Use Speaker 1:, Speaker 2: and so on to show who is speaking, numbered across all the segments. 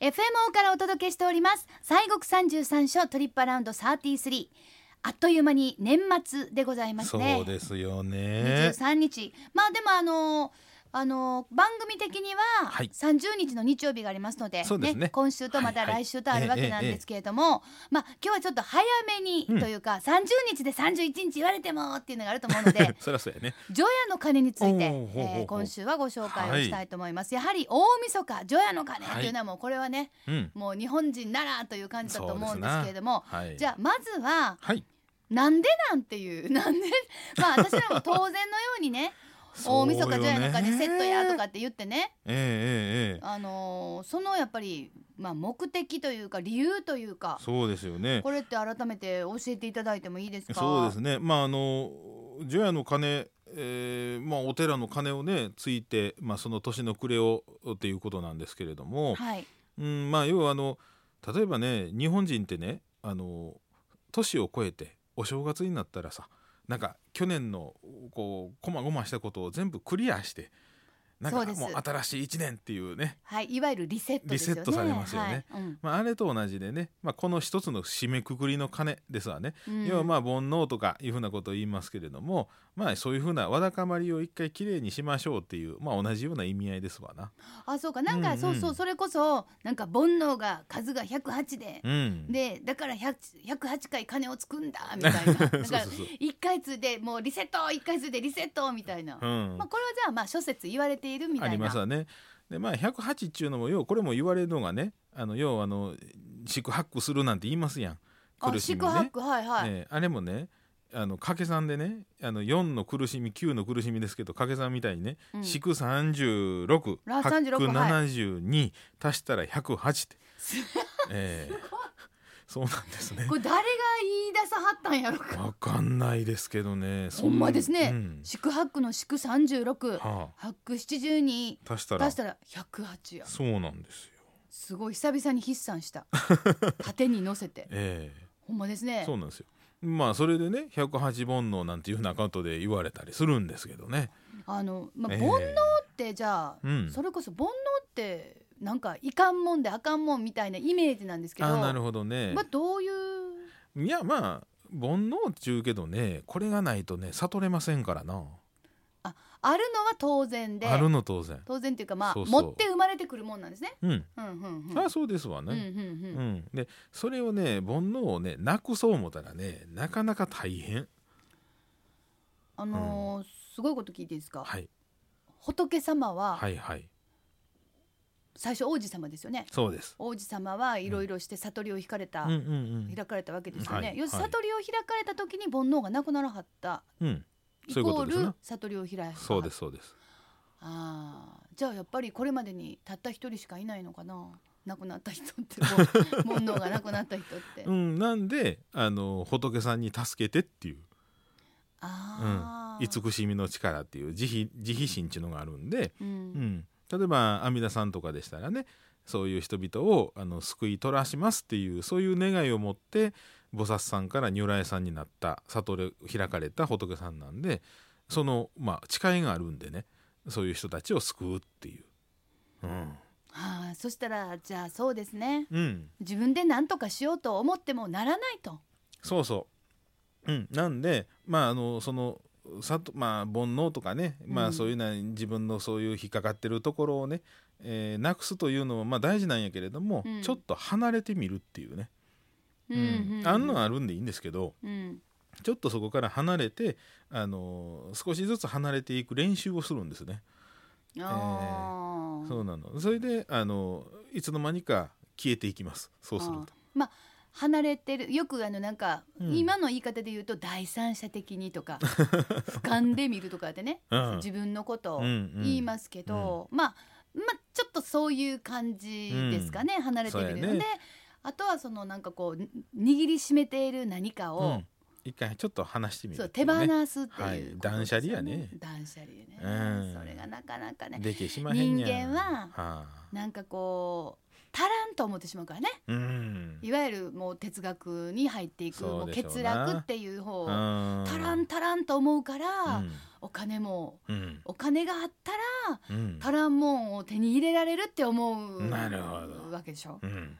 Speaker 1: FMO からお届けしております西国三十三所トリップアラウンド33あっという間に年末でございますね
Speaker 2: そうですよね。
Speaker 1: 23日まあでもあのあの番組的には
Speaker 2: はい
Speaker 1: 30日の日曜日がありますので,、
Speaker 2: そうですね
Speaker 1: 今週とまた
Speaker 2: はいは
Speaker 1: 来
Speaker 2: い
Speaker 1: 週とあるわけなんですけれども、まあ、今日はちょっと早めに
Speaker 2: うん
Speaker 1: というか、30日で31日言われてもっていうのがあると思うので
Speaker 2: そりゃそうやね。
Speaker 1: 除夜の鐘について、
Speaker 2: おうほうほうほう
Speaker 1: えー今週はご紹介をしたいと思います。やはり大晦日除夜の鐘っていうのはもうこれはね、
Speaker 2: うん。
Speaker 1: もう日本人ならという感じだと思うんですけれども、
Speaker 2: はい。
Speaker 1: じゃあまずは
Speaker 2: はい。
Speaker 1: なんでなんていう なんでまあ私らも当然のようにね大晦日除夜の
Speaker 2: そうよ
Speaker 1: 鐘
Speaker 2: ね
Speaker 1: セットやとか。って言ってね、
Speaker 2: えええええ
Speaker 1: あのーそのやっぱり、まあ、目的というか理由というか
Speaker 2: え。そうですよね。
Speaker 1: これって改めて教えていただいてもいいですか
Speaker 2: そうですね。まああの除夜の鐘、えー、まあお寺の鐘をねついて、まあその年の暮れをっていうことなんですけれども、
Speaker 1: はい
Speaker 2: うんまあ要はあの例えばね日本人ってねあの年を超えてお正月になったらさなんか去年のこうこまごましたことを全部クリアしてなん
Speaker 1: そう
Speaker 2: か
Speaker 1: です
Speaker 2: もう新しい1年っていうね、
Speaker 1: はいいわゆるリセットですよね
Speaker 2: リセットされますよね、
Speaker 1: はいうん
Speaker 2: まあ、あれと同じでね、まあ、この一つの締めくくりの鐘ですわね、
Speaker 1: うん
Speaker 2: 要はまあ煩悩とかいうふうなことを言いますけれども、まあ、そういうふうなわだかまりを一回きれいにしましょうっていう、まあ、同じような意味合いですわな。
Speaker 1: あそうかなんか、
Speaker 2: うんうん
Speaker 1: そうそうそれこそなんか煩悩が数が108で、
Speaker 2: うん、
Speaker 1: でだから100 108回金をつくんだみたいななんか
Speaker 2: そうそうそう
Speaker 1: 一回ついてもうリセット一回ついてリセットみたいな、
Speaker 2: うん
Speaker 1: まあ、これはじゃあまあ諸説言われているみたいな
Speaker 2: ありますわね。でまあ108っていうのも要はこれも言われるのがねあの要はあの四苦八苦するなんて言いますやん
Speaker 1: あ
Speaker 2: 苦しみ
Speaker 1: 四苦八
Speaker 2: ね。
Speaker 1: 苦はいはい、
Speaker 2: ええあれもねあの掛け算でねあの4の苦しみ9の苦しみですけど掛け算みたいにね
Speaker 1: うん
Speaker 2: 四苦36
Speaker 1: ら
Speaker 2: 八苦
Speaker 1: 36は
Speaker 2: 72足したら108って。ええそうなんですね
Speaker 1: こ。れ誰が言い出さはったんやろか
Speaker 2: わかんないですけどね。そ
Speaker 1: ほんまですね
Speaker 2: うん
Speaker 1: 四苦八苦の四苦36
Speaker 2: は
Speaker 1: 八苦72
Speaker 2: あ、足したら
Speaker 1: 出したら108や
Speaker 2: そうなんですよ。
Speaker 1: すごい久々に筆算した 縦に乗せて
Speaker 2: ええ
Speaker 1: ほんまですね
Speaker 2: そうなんですよ。まあそれでね108煩悩なんていうようなカウントで言われたりするんですけどね。
Speaker 1: あの、まあ、
Speaker 2: え
Speaker 1: 煩
Speaker 2: え
Speaker 1: 悩ってじゃあ、
Speaker 2: うん
Speaker 1: それこそ煩悩ってなんかいかんもんであかんもんみたいなイメージなんですけど
Speaker 2: あなるほどね
Speaker 1: まあ、。どういう
Speaker 2: いやまあ煩悩っちゅうけどねこれがないとね悟れませんからな。
Speaker 1: あるのは当然で
Speaker 2: あるの当然。
Speaker 1: 当然っていうかまあ
Speaker 2: そうそう
Speaker 1: 持って生まれてくるもんなんですね。
Speaker 2: うん。
Speaker 1: うんうんうん
Speaker 2: あそうですわ
Speaker 1: うん
Speaker 2: ね。
Speaker 1: う
Speaker 2: うんん
Speaker 1: うん
Speaker 2: でそれをね煩悩をねなくそう思ったらねなかなか大変。
Speaker 1: あのーすごいこと聞いていいですか、
Speaker 2: はい
Speaker 1: 仏様は
Speaker 2: はいはい
Speaker 1: 最初王子様ですよね
Speaker 2: そうです。
Speaker 1: 王子様はいろいろして悟りを開かれた、
Speaker 2: うんうん
Speaker 1: 開かれたわけですよね、
Speaker 2: はい
Speaker 1: 要するに
Speaker 2: はい
Speaker 1: 悟りを開かれた時に煩悩がなくならはった
Speaker 2: うん。うん
Speaker 1: イ
Speaker 2: そういうこ
Speaker 1: コー
Speaker 2: とですね
Speaker 1: ル悟りを開いた
Speaker 2: そうですそうです。
Speaker 1: ああじゃあやっぱりこれまでにたった一人しかいないのかな亡くなった人って こう煩悩がなくなった人って、
Speaker 2: うんなんであの仏さんに助けてっていう。
Speaker 1: ああ、
Speaker 2: 慈しみの力っていう慈悲慈悲心っていうのがあるんで、
Speaker 1: う、
Speaker 2: うんん、例えば阿弥陀さんとかでしたらねそういう人々をあの救い取らしますっていうそういう願いを持って菩薩さんから如来さんになった悟れ開かれた仏さんなんでその、まあ、誓いがあるんでねそういう人たちを救うっていう。うん
Speaker 1: ああそしたらじゃあそうですね
Speaker 2: うん、
Speaker 1: 自分で何とかしようと思ってもならないと。
Speaker 2: そうそう。うん、なんでまああのそのさとまあ煩悩とかね、ま
Speaker 1: うん
Speaker 2: あそういうな自分のそういう引っかかってるところをね、えーなくすというのもまあ大事なんやけれども、
Speaker 1: うん
Speaker 2: ちょっと離れてみるっていうね、
Speaker 1: うんうんうん
Speaker 2: あんのはあるんでいいんですけど
Speaker 1: うん
Speaker 2: ちょっとそこから離れて、あの少しずつ離れていく練習をするんですね。
Speaker 1: あー
Speaker 2: そうなのそれで、あのいつの間にか消えていきますそうすると。
Speaker 1: まあ離れてるよくあのなんか、
Speaker 2: うん
Speaker 1: 今の言い方で言うと第三者的にと か俯瞰で見るとかでね、
Speaker 2: うん
Speaker 1: 自分のことを
Speaker 2: うんうん
Speaker 1: 言いますけど、まあまあちょっとそういう感じですかね、離れてみるの
Speaker 2: そう
Speaker 1: で、
Speaker 2: やね
Speaker 1: あとはそのなんかこう握りしめている何か
Speaker 2: う
Speaker 1: を、
Speaker 2: ん一回ちょっと離してみる
Speaker 1: そ
Speaker 2: っ
Speaker 1: う
Speaker 2: てい
Speaker 1: 手
Speaker 2: う
Speaker 1: 放
Speaker 2: ね
Speaker 1: すって、
Speaker 2: はいいう断捨離やね
Speaker 1: 断捨離ね、
Speaker 2: うん
Speaker 1: それがなかなかね
Speaker 2: でけしまへんやん
Speaker 1: 人間は
Speaker 2: あ
Speaker 1: なんかこう足らんと思ってしまうからね
Speaker 2: うん
Speaker 1: いわゆるもう哲学に入っていくも
Speaker 2: そう
Speaker 1: う
Speaker 2: でしょ
Speaker 1: 欠
Speaker 2: うな
Speaker 1: 落っていう方
Speaker 2: 足
Speaker 1: 足らん足らんと思うから、
Speaker 2: うん
Speaker 1: お金も
Speaker 2: うん
Speaker 1: お金があったら
Speaker 2: うん
Speaker 1: 足らんもんを手に入れられるって思う
Speaker 2: なるほど
Speaker 1: うわけでしょ
Speaker 2: うん、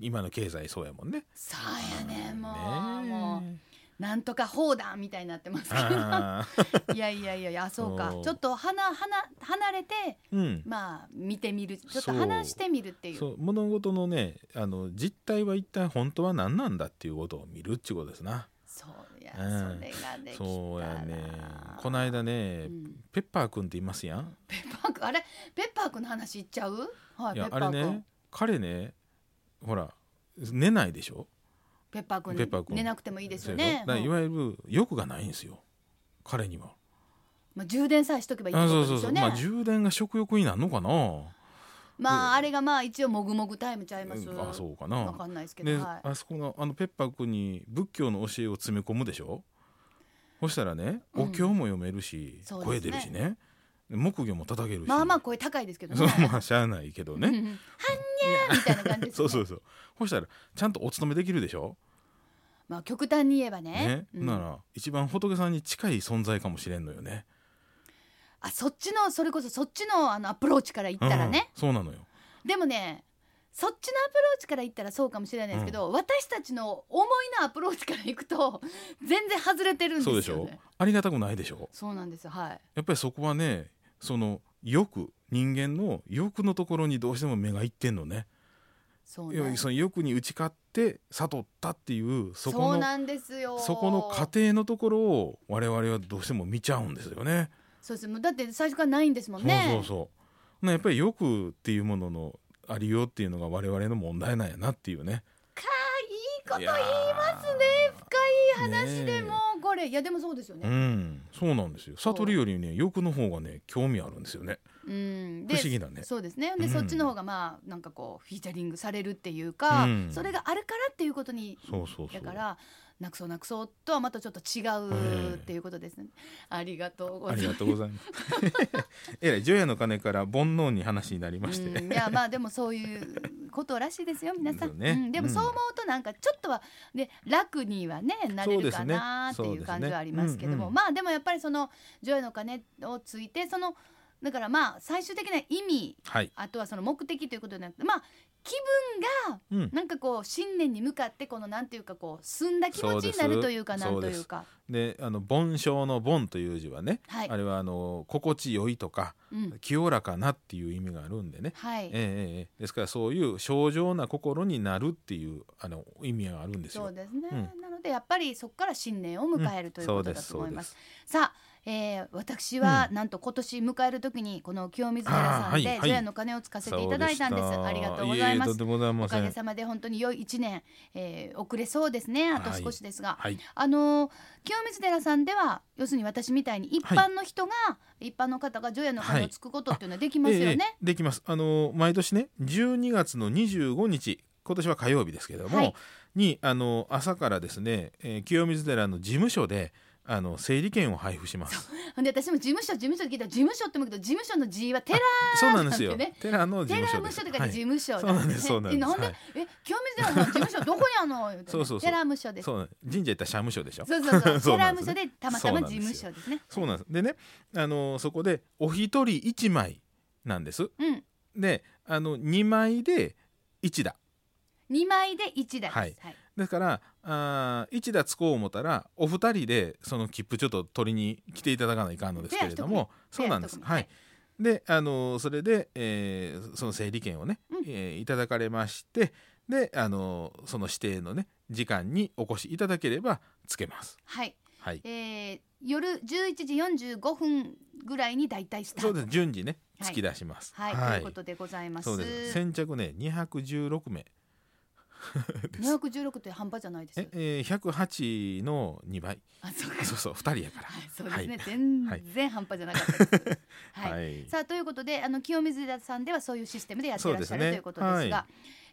Speaker 2: 今の経済そうやもんね。
Speaker 1: そうやねもう
Speaker 2: ねえ
Speaker 1: もうなんとか砲弾みたいになってますけ
Speaker 2: あー
Speaker 1: どいやいやいやいやあそうか
Speaker 2: そう
Speaker 1: ちょっと離離離れて
Speaker 2: うん
Speaker 1: まあ見てみるちょっと
Speaker 2: そう
Speaker 1: 話してみるっていう
Speaker 2: そう物事のねあの実態は一体本当は何なんだっていうことを見るっていうことですな。
Speaker 1: そうや、
Speaker 2: うん
Speaker 1: それができたら
Speaker 2: そうやねこの間ね、
Speaker 1: うん
Speaker 2: ペッパーくんっていますやん。
Speaker 1: ペッパーくんあれペッパーくんの話いっちゃうはい
Speaker 2: い
Speaker 1: ペ
Speaker 2: や
Speaker 1: ッパ
Speaker 2: あ
Speaker 1: ー
Speaker 2: れ
Speaker 1: くん、
Speaker 2: ね彼ねほら寝ないでしょ。
Speaker 1: ペッパーくん
Speaker 2: ペッパーくん
Speaker 1: 寝なくてもいいですよ
Speaker 2: そうや
Speaker 1: ね
Speaker 2: ろだから
Speaker 1: うん
Speaker 2: いわゆる欲がないんですよ彼には。
Speaker 1: まあ、充電さえしとけばいいって
Speaker 2: あ
Speaker 1: こ
Speaker 2: そう
Speaker 1: とですよ
Speaker 2: そうそう、
Speaker 1: ね
Speaker 2: まあ充電が食欲になるのかな。
Speaker 1: まああれがまあ一応もぐもぐタイムちゃいます
Speaker 2: うんあそうか
Speaker 1: わ
Speaker 2: な。
Speaker 1: かんないですけ
Speaker 2: で、
Speaker 1: ど、はい、
Speaker 2: あそこのあのペッパーくんに仏教の教えを詰め込むでしょ。そしたらね、お経も読めるし、
Speaker 1: そうですね
Speaker 2: 声出るしね、木魚も叩けるし。
Speaker 1: まあまあ声高いですけど
Speaker 2: そう
Speaker 1: ね
Speaker 2: まあしゃあないけど
Speaker 1: うんうんは
Speaker 2: ね。
Speaker 1: んにゃーみたいな感じです、ね、
Speaker 2: そうそうそう。そしたらちゃんとお勤めできるでしょ。
Speaker 1: まあ極端に言えばね
Speaker 2: ね。
Speaker 1: うん
Speaker 2: なら一番仏さんに近い存在かもしれんのよね。
Speaker 1: あそっちのそれこそそっちのあのアプローチから言ったらね、
Speaker 2: うん。そうなのよ。
Speaker 1: でもねそっちのアプローチから言ったらそうかもしれないですけど、私たちの思いのアプローチから行くと 全然外れてるんです
Speaker 2: そう
Speaker 1: よね
Speaker 2: でしょ。ありがたくないでしょ。
Speaker 1: そうなんですはい
Speaker 2: やっぱりそこはねその欲人間の欲のところにどうしても目がいってんのね
Speaker 1: そう
Speaker 2: いや
Speaker 1: ね
Speaker 2: その欲に打ち勝って悟ったっていうそ
Speaker 1: そ
Speaker 2: こ
Speaker 1: う
Speaker 2: の
Speaker 1: なんですよ
Speaker 2: そこの過程のところを我々はどうしても見ちゃうんですよね。
Speaker 1: そうですもうだって最初からないんですもんね
Speaker 2: そうそうそうねやっぱり欲っていうもののありようっていうのが我々の問題なんやなっていうね。
Speaker 1: かあいいこと言いますね
Speaker 2: 深い
Speaker 1: 話でもうこれいやでもそうですよ
Speaker 2: う
Speaker 1: ね
Speaker 2: んそうなんですよ悟りよりね欲の方がね興味あるんですよね
Speaker 1: うん、
Speaker 2: 不
Speaker 1: で
Speaker 2: 思議だね。
Speaker 1: そうですねで、
Speaker 2: うん
Speaker 1: そっちの方がまあなんかこうフィーチャリングされるっていうか、
Speaker 2: うん
Speaker 1: それがあるからっていうことに
Speaker 2: そうそうそ
Speaker 1: だ
Speaker 2: う
Speaker 1: からなくそうなくそうとはまたちょっと違うっていうことですね、ありがとうござ
Speaker 2: あ
Speaker 1: い
Speaker 2: り
Speaker 1: ま
Speaker 2: が
Speaker 1: す
Speaker 2: とうございます。 えらい除夜の鐘から煩悩に話になりまして、
Speaker 1: うんいやまあでもそういうことらしいですよ皆さ、
Speaker 2: そうんね
Speaker 1: うんでもそう思うとなんかちょっとは、ね、楽にはねなれるかなって
Speaker 2: そう
Speaker 1: い
Speaker 2: ですねそうです
Speaker 1: う
Speaker 2: ね
Speaker 1: 感じはありますけども、
Speaker 2: うんうん
Speaker 1: まあでもやっぱりその「ジョイの鐘」をついてそのだからまあ最終的な意味
Speaker 2: はい、
Speaker 1: あとはその目的ということになってまあ気分が
Speaker 2: うん、
Speaker 1: なんかこう新年に向かってこのなんていうかこう澄んだ気持ちになるというかな
Speaker 2: そ
Speaker 1: ん
Speaker 2: う
Speaker 1: と
Speaker 2: です
Speaker 1: いうか
Speaker 2: であの盆章の盆という字はね、
Speaker 1: はい
Speaker 2: あれはあの心地よいとか
Speaker 1: うん
Speaker 2: 清らかなっていう意味があるんでね、
Speaker 1: はい、
Speaker 2: ええええええですからそういう正常な心になるっていうあの意味があるんです
Speaker 1: そ
Speaker 2: よ
Speaker 1: う。ですね、なのでやっぱりそこから新年を迎えるという
Speaker 2: そ
Speaker 1: こ
Speaker 2: う
Speaker 1: と
Speaker 2: で
Speaker 1: だ
Speaker 2: す
Speaker 1: と思い
Speaker 2: そ
Speaker 1: うま。
Speaker 2: ですす。
Speaker 1: さあ、えー、私はなんと今年迎える時にこの清水寺さん
Speaker 2: あーは
Speaker 1: で
Speaker 2: いはい
Speaker 1: 除夜の鐘をつかせていただいたんです。
Speaker 2: そうした
Speaker 1: ありがとうございま
Speaker 2: ええ
Speaker 1: す
Speaker 2: とん。でもござい
Speaker 1: お
Speaker 2: ませ
Speaker 1: か
Speaker 2: ん
Speaker 1: げさまで本当に良い一年、えー、遅れそうですね。あと
Speaker 2: はい
Speaker 1: 少しですが、
Speaker 2: はい、
Speaker 1: あのー清水寺さんでは要するに私みたいに一般の人が、一般の方が除夜の鐘をつくことっていうのはできますよね。
Speaker 2: ええええできます。あの毎年ね、12月の25日、今年は火曜日ですけれども、
Speaker 1: はい
Speaker 2: にあの朝からですね、えー清水寺の事務所であの整理券を配布します。
Speaker 1: ほんで私も事務所事務所って聞いたら事務所って思うけど事務所の G は寺
Speaker 2: そうなんですよ。
Speaker 1: なんてね
Speaker 2: 寺の事
Speaker 1: 寺
Speaker 2: 務所
Speaker 1: 務
Speaker 2: です。
Speaker 1: 所とか事務所
Speaker 2: はいそうなんですそうなんです
Speaker 1: えなんで、
Speaker 2: はい
Speaker 1: え清水寺の事務所どこにあんの言うてね
Speaker 2: そうそうそう
Speaker 1: 寺務所
Speaker 2: は
Speaker 1: で
Speaker 2: い、
Speaker 1: す
Speaker 2: そうなん神社行ったら社務所でしょ。
Speaker 1: そうそうそう
Speaker 2: そう
Speaker 1: 寺
Speaker 2: なん
Speaker 1: 務
Speaker 2: です
Speaker 1: 所
Speaker 2: ね
Speaker 1: でたまたま
Speaker 2: そうなん
Speaker 1: 事
Speaker 2: ですよ
Speaker 1: 務所ですね
Speaker 2: そうなんです。でね、あのそこでお一人一枚なんです。
Speaker 1: うん
Speaker 2: で、あの二枚で一だ。
Speaker 1: 二枚で一台ですは
Speaker 2: はいい、ですからあー一打つこう思ったらお二人でその切符ちょっと取りに来ていただかないかんのですけれども
Speaker 1: ペア一組
Speaker 2: そうなんです
Speaker 1: ペア一組
Speaker 2: はいであのーそれで、えーその整理券をね、
Speaker 1: うん
Speaker 2: えーいただかれましてであのーその指定のね時間にお越しいただければつけます
Speaker 1: はい
Speaker 2: はい
Speaker 1: えー、夜十一時四十五分ぐらいにだいたいスタ
Speaker 2: そ
Speaker 1: ー
Speaker 2: う
Speaker 1: ト
Speaker 2: です順次ね
Speaker 1: はい
Speaker 2: 突き出します
Speaker 1: はい、ということでございます
Speaker 2: そうです先着ね216名
Speaker 1: 二百十六って半端じゃないですよ
Speaker 2: え、えー108の2倍
Speaker 1: あそうか
Speaker 2: そうそう2人やから
Speaker 1: はいそうですね、
Speaker 2: はい
Speaker 1: 全然半端じゃなかったです、はい
Speaker 2: い
Speaker 1: さあということであの清水寺さんではそういうシステムでやってらっしゃ
Speaker 2: そう
Speaker 1: る、
Speaker 2: ですね
Speaker 1: ということですが、
Speaker 2: は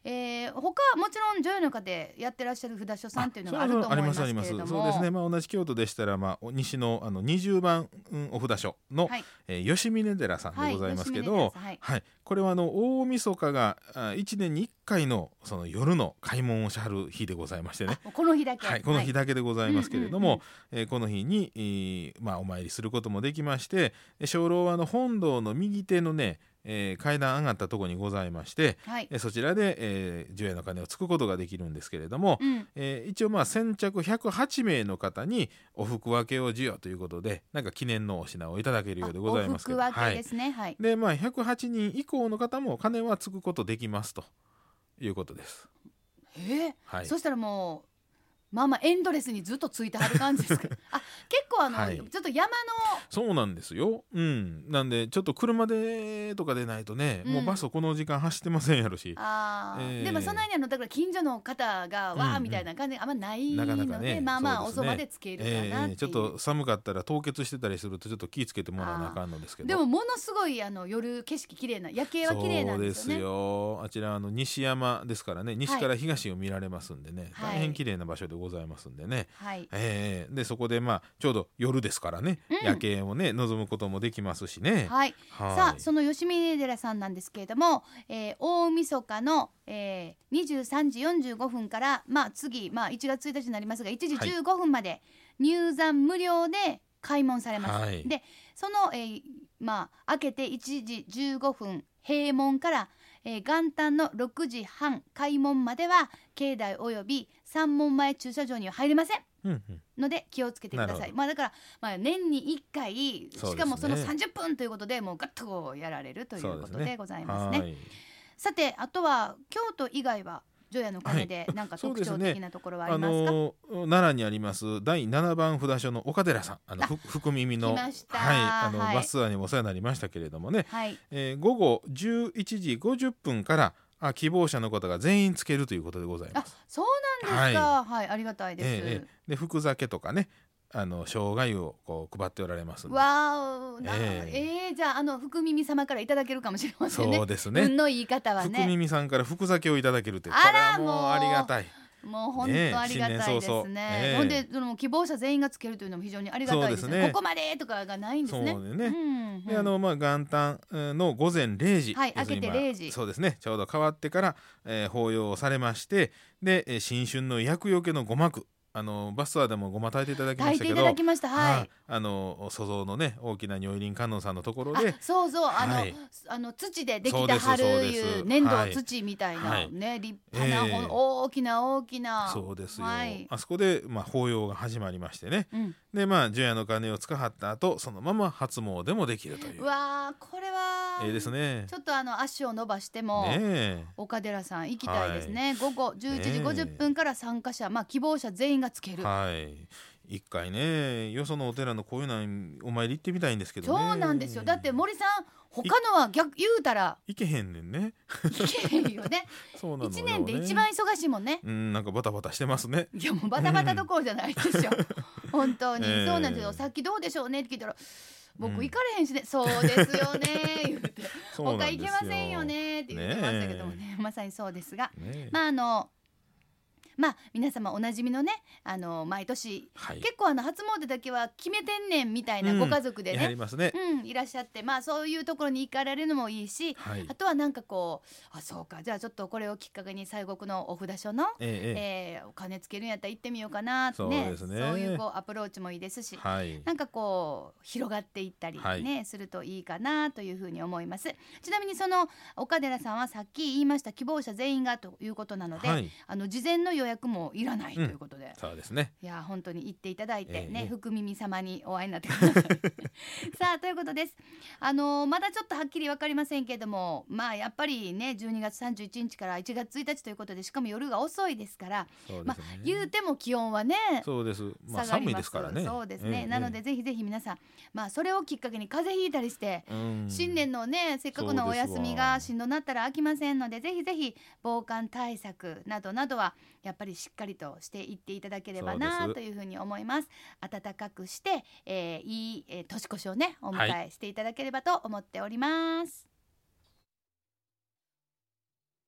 Speaker 1: えー他もちろん女優の方でやってらっしゃる札所さんというのがあると思いますけれども
Speaker 2: そうですね。まあ同じ京都でしたらまあお西のあの20番、うん、お札所の、
Speaker 1: はい
Speaker 2: えー吉峰寺さんでございますけど、
Speaker 1: は
Speaker 2: はいい
Speaker 1: 吉峰寺さんはい
Speaker 2: これはあの大晦日があ一年に一回のその夜の開門をしはる日でございましてね。
Speaker 1: あこの日だけ、
Speaker 2: はい、この日だけでございますけれども、
Speaker 1: うんうん
Speaker 2: えーこの日に、えーまあ、お参りすることもできましてえー精霊はあの本堂の右手のねえー階段上がったところにございまして、
Speaker 1: はい
Speaker 2: えーそちらで、えー、除夜の鐘をつくことができるんですけれども、
Speaker 1: うん
Speaker 2: えー一応まあ先着108名の方にお服分けを授与ということでなんか記念のお品をいただけるようでございますけど
Speaker 1: あお服分
Speaker 2: は
Speaker 1: けで
Speaker 2: い、
Speaker 1: すねはい、
Speaker 2: でまあ108人以降の方も鐘はつくことできますということです。
Speaker 1: えー
Speaker 2: はい、
Speaker 1: そしたらもうまあまあエンドレスにずっとついてはる感じですか あ結構あの、
Speaker 2: はい
Speaker 1: ちょっと山の
Speaker 2: そうなんですよ、うん、なんでちょっと車でとかでないとね、
Speaker 1: うん
Speaker 2: もうバスこの時間走ってませんやろし
Speaker 1: あー
Speaker 2: えー
Speaker 1: でもそんなにあのだから近所の方が
Speaker 2: うん
Speaker 1: わ
Speaker 2: う
Speaker 1: あ
Speaker 2: ん
Speaker 1: みたいな感じがあんまないの
Speaker 2: な
Speaker 1: で、
Speaker 2: かなかね
Speaker 1: まあまあ
Speaker 2: そうで
Speaker 1: お
Speaker 2: すね
Speaker 1: そばでつけるかなって
Speaker 2: え
Speaker 1: いう、
Speaker 2: ーちょっと寒かったら凍結してたりするとちょっと気ぃつけてもらわなあかんのですけど
Speaker 1: でもものすごいあの夜景色綺麗な夜景は綺麗なんですよね
Speaker 2: そうですよあちらあの西山ですからね西から東を見られますんでね、
Speaker 1: はい
Speaker 2: 大変綺麗な場所でございますんでね、
Speaker 1: はい
Speaker 2: えーでそこでまあちょうど夜ですからね、
Speaker 1: うん
Speaker 2: 夜景をね望むこともできますしね。
Speaker 1: はい
Speaker 2: はい
Speaker 1: さあその吉峰寺さんなんですけれども、えー大晦日の、えー、23時45分から、まあ、次、まあ、1月1日になりますが1時
Speaker 2: はい
Speaker 1: 15分まで入山無料で開門されます。
Speaker 2: はい
Speaker 1: でその、えーまあ、明けて1時15分閉門から、えー元旦の6時半開門までは境内および三門前駐車場には入れません。
Speaker 2: うんうん
Speaker 1: ので気をつけてくだ
Speaker 2: な
Speaker 1: さ
Speaker 2: る
Speaker 1: い。
Speaker 2: ほ
Speaker 1: まあだからまあ年に一回、
Speaker 2: そうですね
Speaker 1: しかもその三十分ということでもうガッとこうやられるというこ
Speaker 2: そう
Speaker 1: と
Speaker 2: です
Speaker 1: で
Speaker 2: ね
Speaker 1: ございます
Speaker 2: は
Speaker 1: ね。
Speaker 2: い
Speaker 1: さてあとは京都以外は除夜の鐘でなんか
Speaker 2: そう
Speaker 1: 特
Speaker 2: です
Speaker 1: 徴
Speaker 2: ね
Speaker 1: 的なところはあ
Speaker 2: あ
Speaker 1: りますか？
Speaker 2: のー奈良にあります第7番札所の岡寺さんあの
Speaker 1: あ
Speaker 2: ふ福耳の
Speaker 1: 来ました
Speaker 2: はいあの
Speaker 1: はい
Speaker 2: バスツアーにもお世話になりましたけれどもね、
Speaker 1: はい。
Speaker 2: えー午後11時50分からあ希望者の方が全員つけるということでございま
Speaker 1: あ
Speaker 2: す。
Speaker 1: そうなんですか。はい、ありがたいです。
Speaker 2: ええええで福酒とかねあの生姜湯をこう配っておられますんで
Speaker 1: わお、な
Speaker 2: え
Speaker 1: え
Speaker 2: え
Speaker 1: えじゃああの福耳様からいただけるかもしれませんね。
Speaker 2: そうですね
Speaker 1: 運のいい方は
Speaker 2: 福
Speaker 1: ね、
Speaker 2: 耳さんから福酒をいただけるってこ
Speaker 1: あら
Speaker 2: れはもう
Speaker 1: もう
Speaker 2: ありがたい
Speaker 1: もう本当ありがたいですね。
Speaker 2: ね新年早々ええ
Speaker 1: ほんでその希望者全員がつけるというのも非常にありがたいですね。
Speaker 2: そうですね
Speaker 1: ここまでとかがないんですね。
Speaker 2: そうだよね
Speaker 1: んうん
Speaker 2: であのまあ元旦うんの午前0時、
Speaker 1: はい
Speaker 2: 要するに
Speaker 1: 明けて0時
Speaker 2: そうですねちょうど変わってから、えー法要をされましてでえー新春の厄除けのごまくあのバスツアーでもごま炊いていただきま
Speaker 1: 抱い
Speaker 2: した
Speaker 1: て
Speaker 2: け
Speaker 1: い
Speaker 2: ど
Speaker 1: ただきました。は
Speaker 2: はいい。あの塑像のね大きな如意輪観音さんのところ
Speaker 1: あ
Speaker 2: で、
Speaker 1: そうそう、あの、
Speaker 2: はい
Speaker 1: あの土でで
Speaker 2: そ
Speaker 1: き
Speaker 2: うで
Speaker 1: た
Speaker 2: す
Speaker 1: 春
Speaker 2: そうです
Speaker 1: いう粘土
Speaker 2: はい
Speaker 1: 土みたい
Speaker 2: は
Speaker 1: ないね、立派な、
Speaker 2: ええ
Speaker 1: ほ大きな大きな。
Speaker 2: そうですよ、
Speaker 1: はい。
Speaker 2: あそこで、まあ、法要が始まりましてね
Speaker 1: うん、
Speaker 2: でまあ除夜の鐘をつかはった後そのまま初詣もできるという
Speaker 1: うわーこれは、
Speaker 2: ええですね
Speaker 1: ちょっとあの足を伸ばしても、
Speaker 2: ねえ
Speaker 1: 岡寺さん行きたいですね、午後11時50分から参加者、まあ希望者全員がつける、
Speaker 2: はい一回ねよそのお寺のこういうのお参り行ってみたいんですけどね
Speaker 1: そうなんですよだって森さん他のは逆言うた ら
Speaker 2: 行けへんねんね
Speaker 1: 行けへんよね
Speaker 2: そうなのよ、ね、
Speaker 1: 一年で一番忙しいもんね
Speaker 2: うんなんかバタバタしてますね
Speaker 1: いやもうバタバタどころじゃないで しょ本当に、
Speaker 2: ええ
Speaker 1: そうなんですよさっきどうでしょうねって聞いたら
Speaker 2: うん
Speaker 1: 僕行かれへんしね、そうですよね言うて
Speaker 2: そう
Speaker 1: 他
Speaker 2: なん
Speaker 1: 行
Speaker 2: です
Speaker 1: け
Speaker 2: よ
Speaker 1: ませんよねって言ってましたけどもね
Speaker 2: ね
Speaker 1: まさにそうですが
Speaker 2: ねえ
Speaker 1: まああのまあ皆様おなじみのねあの毎年
Speaker 2: はい
Speaker 1: 結構あの初詣だけは決めてんねんみたいな
Speaker 2: うん
Speaker 1: ご家族で
Speaker 2: やり
Speaker 1: ね、
Speaker 2: ますね、
Speaker 1: うんいらっしゃってまあそういうところに行かれるのもいいし
Speaker 2: はい
Speaker 1: あとはなんかこうあそうかじゃあちょっとこれをきっかけに西国のお札所の
Speaker 2: ええええ
Speaker 1: えーお金つけるんやったら行ってみようかなって
Speaker 2: そう
Speaker 1: ね
Speaker 2: ですね
Speaker 1: そういうこうアプローチもいいですし、
Speaker 2: はい
Speaker 1: なんかこう広がっていったりね、
Speaker 2: はい
Speaker 1: するといいかなというふうに思いますちなみにその岡寺さんはさっき言いました希望者全員がということなので、
Speaker 2: はい
Speaker 1: あの事前の予約もいらないということで、
Speaker 2: そうですね
Speaker 1: いやー本当に行っていただいてね、
Speaker 2: ええ
Speaker 1: 福耳様にお会いになってくだ さいさあということですあのーまだちょっとはっきりわかりませんけれどもまあやっぱりね12月31日から1月1日ということでしかも夜が遅いですから
Speaker 2: そうで
Speaker 1: ますあ
Speaker 2: ね、
Speaker 1: 言うても気温はね
Speaker 2: そうですまあ
Speaker 1: 下がり
Speaker 2: 寒
Speaker 1: ま
Speaker 2: いですからね
Speaker 1: そうです
Speaker 2: ええ
Speaker 1: ね、
Speaker 2: ええ
Speaker 1: なのでぜひぜひ皆さんまあそれをきっかけに風邪ひいたりして
Speaker 2: うん
Speaker 1: 新年のねせっかくのお休みがしんどなったら飽きませんのでぜひぜひ防寒対策などなどはやっぱりしっかりとしていっていただければ
Speaker 2: そう
Speaker 1: な
Speaker 2: です
Speaker 1: というふうに思います暖かくして、えーいい、えー年越しをねお迎えしていただければと思っております、